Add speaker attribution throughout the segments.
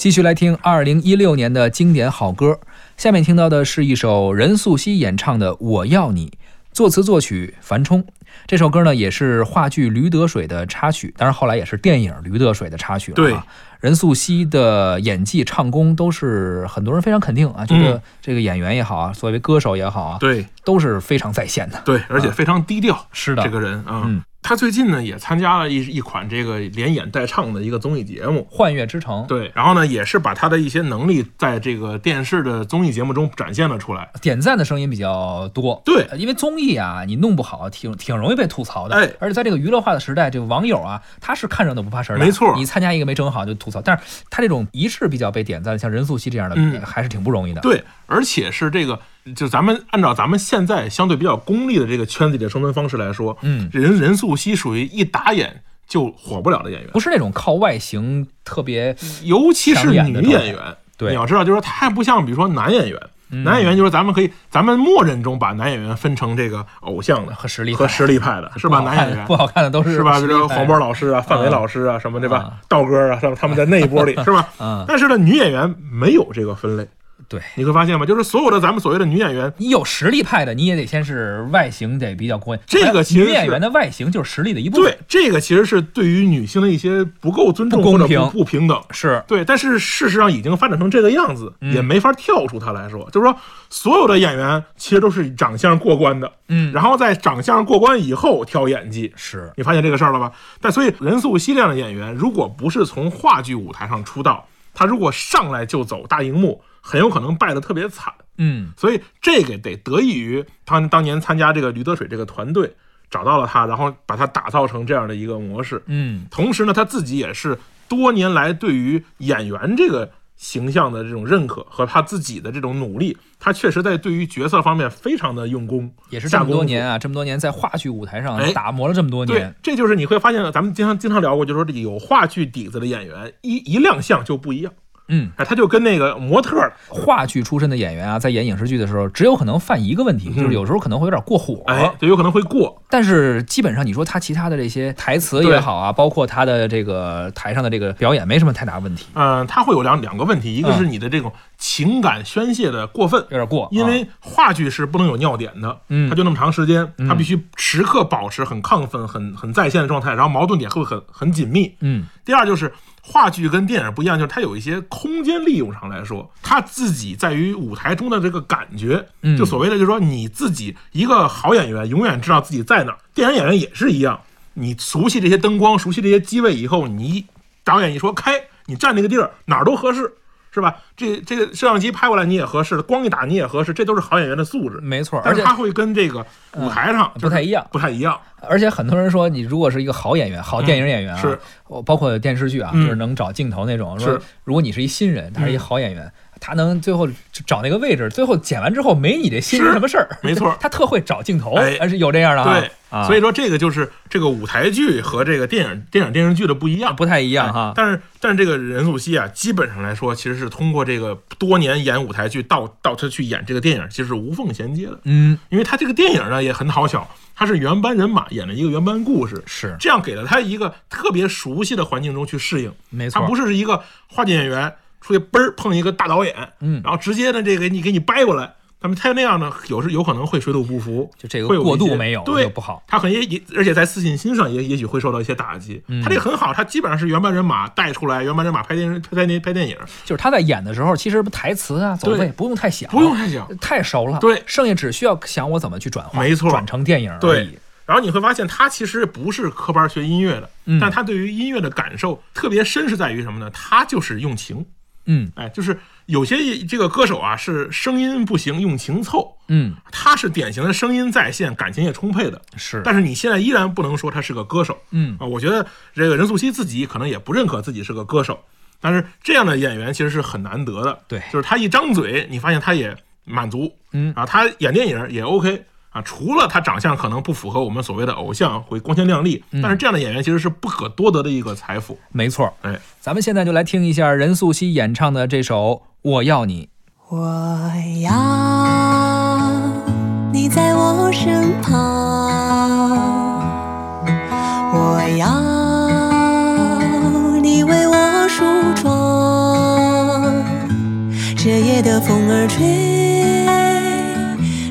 Speaker 1: 继续来听二零一六年的经典好歌，下面听到的是一首任素汐演唱的《我要你》，作词作曲樊冲。这首歌呢也是话剧《驴得水》的插曲，当然后来也是电影《驴得水》的插曲了、啊。
Speaker 2: 对，
Speaker 1: 任素汐的演技、唱功都是很多人非常肯定啊，觉得这个演员也好啊，作为歌手也好啊，
Speaker 2: 嗯对
Speaker 1: 都是非常在线的。
Speaker 2: 对，而且非常低调，
Speaker 1: 是的
Speaker 2: 这个人啊。
Speaker 1: 嗯，
Speaker 2: 他最近呢也参加了一一款这个连演带唱的一个综艺节目，
Speaker 1: 幻乐之城，
Speaker 2: 对，然后呢也是把他的一些能力在这个电视的综艺节目中展现了出来。
Speaker 1: 点赞的声音比较多。
Speaker 2: 对
Speaker 1: 呃因为综艺啊，你弄不好挺挺容易被吐槽的。
Speaker 2: 哎
Speaker 1: 而且在这个娱乐化的时代，这个网友啊，他是看热闹不怕事儿的。
Speaker 2: 没错
Speaker 1: 你参加一个没整好就吐槽，但是他这种一致比较被点赞，像任素汐这样的，
Speaker 2: 嗯
Speaker 1: 还是挺不容易的。，
Speaker 2: 对，而且是这个，就咱们按照咱们现在相对比较功利的这个圈子里的生存方式来说，
Speaker 1: 嗯，
Speaker 2: 任任素汐属于一打眼就火不了的演员，
Speaker 1: 不是那种靠外形特别，
Speaker 2: 尤其是
Speaker 1: 抢眼的
Speaker 2: 女
Speaker 1: 状态
Speaker 2: 演员。
Speaker 1: 对
Speaker 2: 你要知道，就是她还不像，比如说男演员，
Speaker 1: 嗯
Speaker 2: 男演员就是咱们可以，咱们默认中把男演员分成这个偶像的
Speaker 1: 和实力派
Speaker 2: 和实力派的，是吧？
Speaker 1: 不好
Speaker 2: 男
Speaker 1: 看
Speaker 2: 演员
Speaker 1: 不好看的都是
Speaker 2: 是吧？
Speaker 1: 实
Speaker 2: 这
Speaker 1: 力
Speaker 2: 个
Speaker 1: 派
Speaker 2: 黄渤老师啊、范伟
Speaker 1: 嗯
Speaker 2: 老师啊什么对吧
Speaker 1: 啊？
Speaker 2: 道哥啊，是吧？他们在那一 波里是吧？
Speaker 1: 嗯，
Speaker 2: 但是呢，女演员没有这个分类，
Speaker 1: 对。
Speaker 2: 你会发现吗？就是所有的咱们所谓的女演员，
Speaker 1: 你有实力派的，你也得先是外形得比较过硬。哎
Speaker 2: 这个其实
Speaker 1: 女演
Speaker 2: 是
Speaker 1: 员的外形就是实力的一部分。
Speaker 2: 对，这个其实是对于女性的一些不够尊重
Speaker 1: 不公
Speaker 2: 或者
Speaker 1: 平
Speaker 2: 不不平等。
Speaker 1: 是
Speaker 2: 对，但是事实上已经发展成这个样子，
Speaker 1: 嗯
Speaker 2: 也没法跳出它来说。就是说，所有的演员其实都是长相过关的，
Speaker 1: 嗯
Speaker 2: 然后在长相过关以后挑演技。
Speaker 1: 是
Speaker 2: 你发现这个事儿了吧？但所以任素汐这样的演员，如果不是从话剧舞台上出道，她如果上来就走大荧幕，很有可能败得特别惨。
Speaker 1: 嗯
Speaker 2: 所以这个得得益于他当年参加这个驴得水这个团队找到了他，然后把他打造成这样的一个模式。
Speaker 1: 嗯
Speaker 2: 同时呢，他自己也是多年来对于演员这个形象的这种认可和他自己的这种努力，他确实在对于角色方面非常的用功，
Speaker 1: 也是这
Speaker 2: 下
Speaker 1: 么
Speaker 2: 功
Speaker 1: 多
Speaker 2: 夫
Speaker 1: 年啊，这么多年在话剧舞台上
Speaker 2: 哎
Speaker 1: 打磨了这么多
Speaker 2: 对
Speaker 1: 年，，
Speaker 2: 这就是你会发现，咱们经常经常聊过，就是说这有话剧底子的演员一一亮相就不一样，
Speaker 1: 嗯，
Speaker 2: 哎，他就跟那个模特儿，
Speaker 1: 话剧出身的演员啊，在演影视剧的时候，只有可能犯一个问题，
Speaker 2: 嗯
Speaker 1: 就是有时候可能会有点过火。
Speaker 2: 哎，就有可能会过，
Speaker 1: 但是基本上你说他其他的这些台词也
Speaker 2: 对
Speaker 1: 好啊，包括他的这个台上的这个表演，没什么太大问题，
Speaker 2: 嗯、他会有两两个问题，
Speaker 1: 嗯
Speaker 2: 一个是你的这种情感宣泄的过分，
Speaker 1: 有点过啊。
Speaker 2: 因为话剧是不能有尿点的，
Speaker 1: 嗯
Speaker 2: 它就那么长时间，
Speaker 1: 嗯
Speaker 2: 它必须时刻保持很亢奋、很很在线的状态，然后矛盾点会很很紧密。
Speaker 1: 嗯
Speaker 2: 第二就是话剧跟电影不一样，就是它有一些空间利用上来说，它自己在于舞台中的这个感觉，
Speaker 1: 嗯
Speaker 2: 就所谓的就是说你自己一个好演员永远知道自己在哪儿，电影演员也是一样，你熟悉这些灯光、熟悉这些机位以后，你导演一说开，你站那个地儿哪儿都合适。是吧？这这个摄像机拍过来你也合适，光一打你也合适，这都是好演员的素质。
Speaker 1: 没错，而
Speaker 2: 但是
Speaker 1: 且啊
Speaker 2: 他会跟这个舞台上
Speaker 1: 不太一样。
Speaker 2: 不太一样。
Speaker 1: 而且很多人说，你如果是一个好演员、好电影演员啊，
Speaker 2: 嗯是
Speaker 1: 我包括电视剧啊，就
Speaker 2: 嗯
Speaker 1: 是能找镜头那种。说
Speaker 2: 是嗯
Speaker 1: 如果你是一新人，他是一好演员，他能最后找那个位置，最后剪完之后没你这新人
Speaker 2: 是
Speaker 1: 什么事儿，
Speaker 2: 没错
Speaker 1: 他特会找镜头，
Speaker 2: 哎
Speaker 1: 还是有这样的啊。
Speaker 2: 对，
Speaker 1: 啊，
Speaker 2: 所以说这个就是这个舞台剧和这个电影、电影电视剧的不一样。
Speaker 1: 不太一样啊哈。
Speaker 2: 但是但是这个任素汐啊，基本上来说，其实是通过这个多年演舞台剧到到她去演这个电影，其实是无缝衔接的。
Speaker 1: 嗯，
Speaker 2: 因为她这个电影呢也很好巧，她是原班人马演了一个原班故事，
Speaker 1: 是
Speaker 2: 这样给了她一个特别熟悉的环境中去适应。
Speaker 1: 没
Speaker 2: 他
Speaker 1: 错，
Speaker 2: 不是一个话剧演员出去嘣儿碰一个大导演，
Speaker 1: 嗯
Speaker 2: 然后直接呢这个你给你掰过来，他们他那样呢，有时有可能会水土不服，
Speaker 1: 就这个
Speaker 2: 会有
Speaker 1: 过
Speaker 2: 一
Speaker 1: 渡
Speaker 2: 些
Speaker 1: 没有
Speaker 2: 对
Speaker 1: 就不好。
Speaker 2: 他很也也，而且在自信心上也也许会受到一些打击。
Speaker 1: 嗯
Speaker 2: 他这个很好，他基本上是原班人马带出来，原班人马拍电视拍电拍电影，
Speaker 1: 就是他在演的时候，其实台词啊、走位
Speaker 2: 对
Speaker 1: 不用太想，
Speaker 2: 不用太想。
Speaker 1: 太熟了。
Speaker 2: 对
Speaker 1: 剩下只需要想我怎么去转化，
Speaker 2: 没错
Speaker 1: 转成电影而已。
Speaker 2: 对然后你会发现，他其实不是科班学音乐的，
Speaker 1: 嗯
Speaker 2: 但他对于音乐的感受特别深，是在于什么呢？他就是用情，
Speaker 1: 嗯
Speaker 2: 哎，就是有些这个歌手啊，是声音不行，用情凑，
Speaker 1: 嗯，
Speaker 2: 他是典型的声音在线，感情也充沛的。
Speaker 1: 是，
Speaker 2: 但是你现在依然不能说他是个歌手
Speaker 1: 嗯。
Speaker 2: 啊，我觉得这个任素汐自己可能也不认可自己是个歌手，但是这样的演员其实是很难得的。
Speaker 1: 对
Speaker 2: 就是他一张嘴，你发现他也满足，
Speaker 1: 嗯
Speaker 2: 啊，他演电影也 OK 啊，除了他长相可能不符合我们所谓的偶像会光鲜亮丽，
Speaker 1: 嗯
Speaker 2: 但是这样的演员其实是不可多得的一个财富。
Speaker 1: 没错，
Speaker 2: 哎，
Speaker 1: 咱们现在就来听一下任素汐演唱的这首《我要你》。
Speaker 3: 我要你在我身旁，我要你为我梳妆，这夜的风儿吹，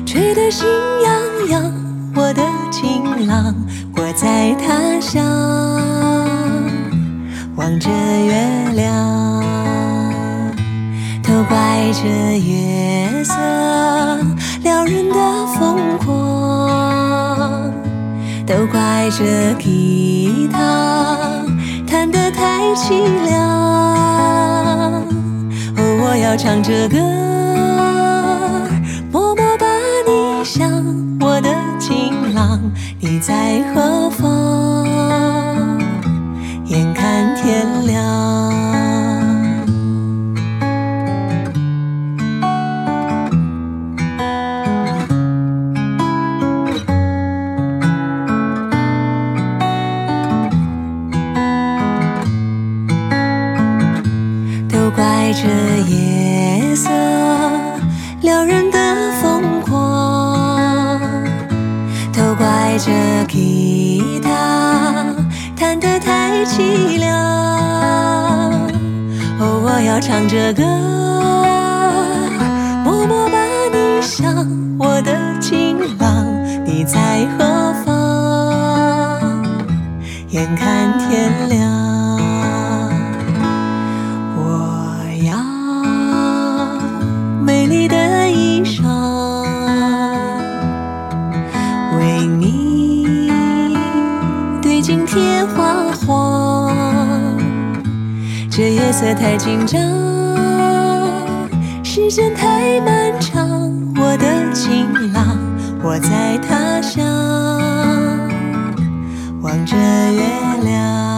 Speaker 3: 吹得心痒痒。我的情郎，我在他乡，望着月亮，都怪这月色撩人的疯狂，都怪这吉他弹得太凄凉。哦，我要唱着歌，默默把你想，我的情郎，你在何方？眼看天亮。都怪这夜色撩人的疯狂，都怪这吉他弹得太凄凉。哦，我要唱着歌，默默把你想，我的情郎，你在何方？眼看天亮。我要美丽的衣裳，为你对镜贴花黄。这夜色太紧张，时间太漫长。我的情郎，我在他乡，望着月亮。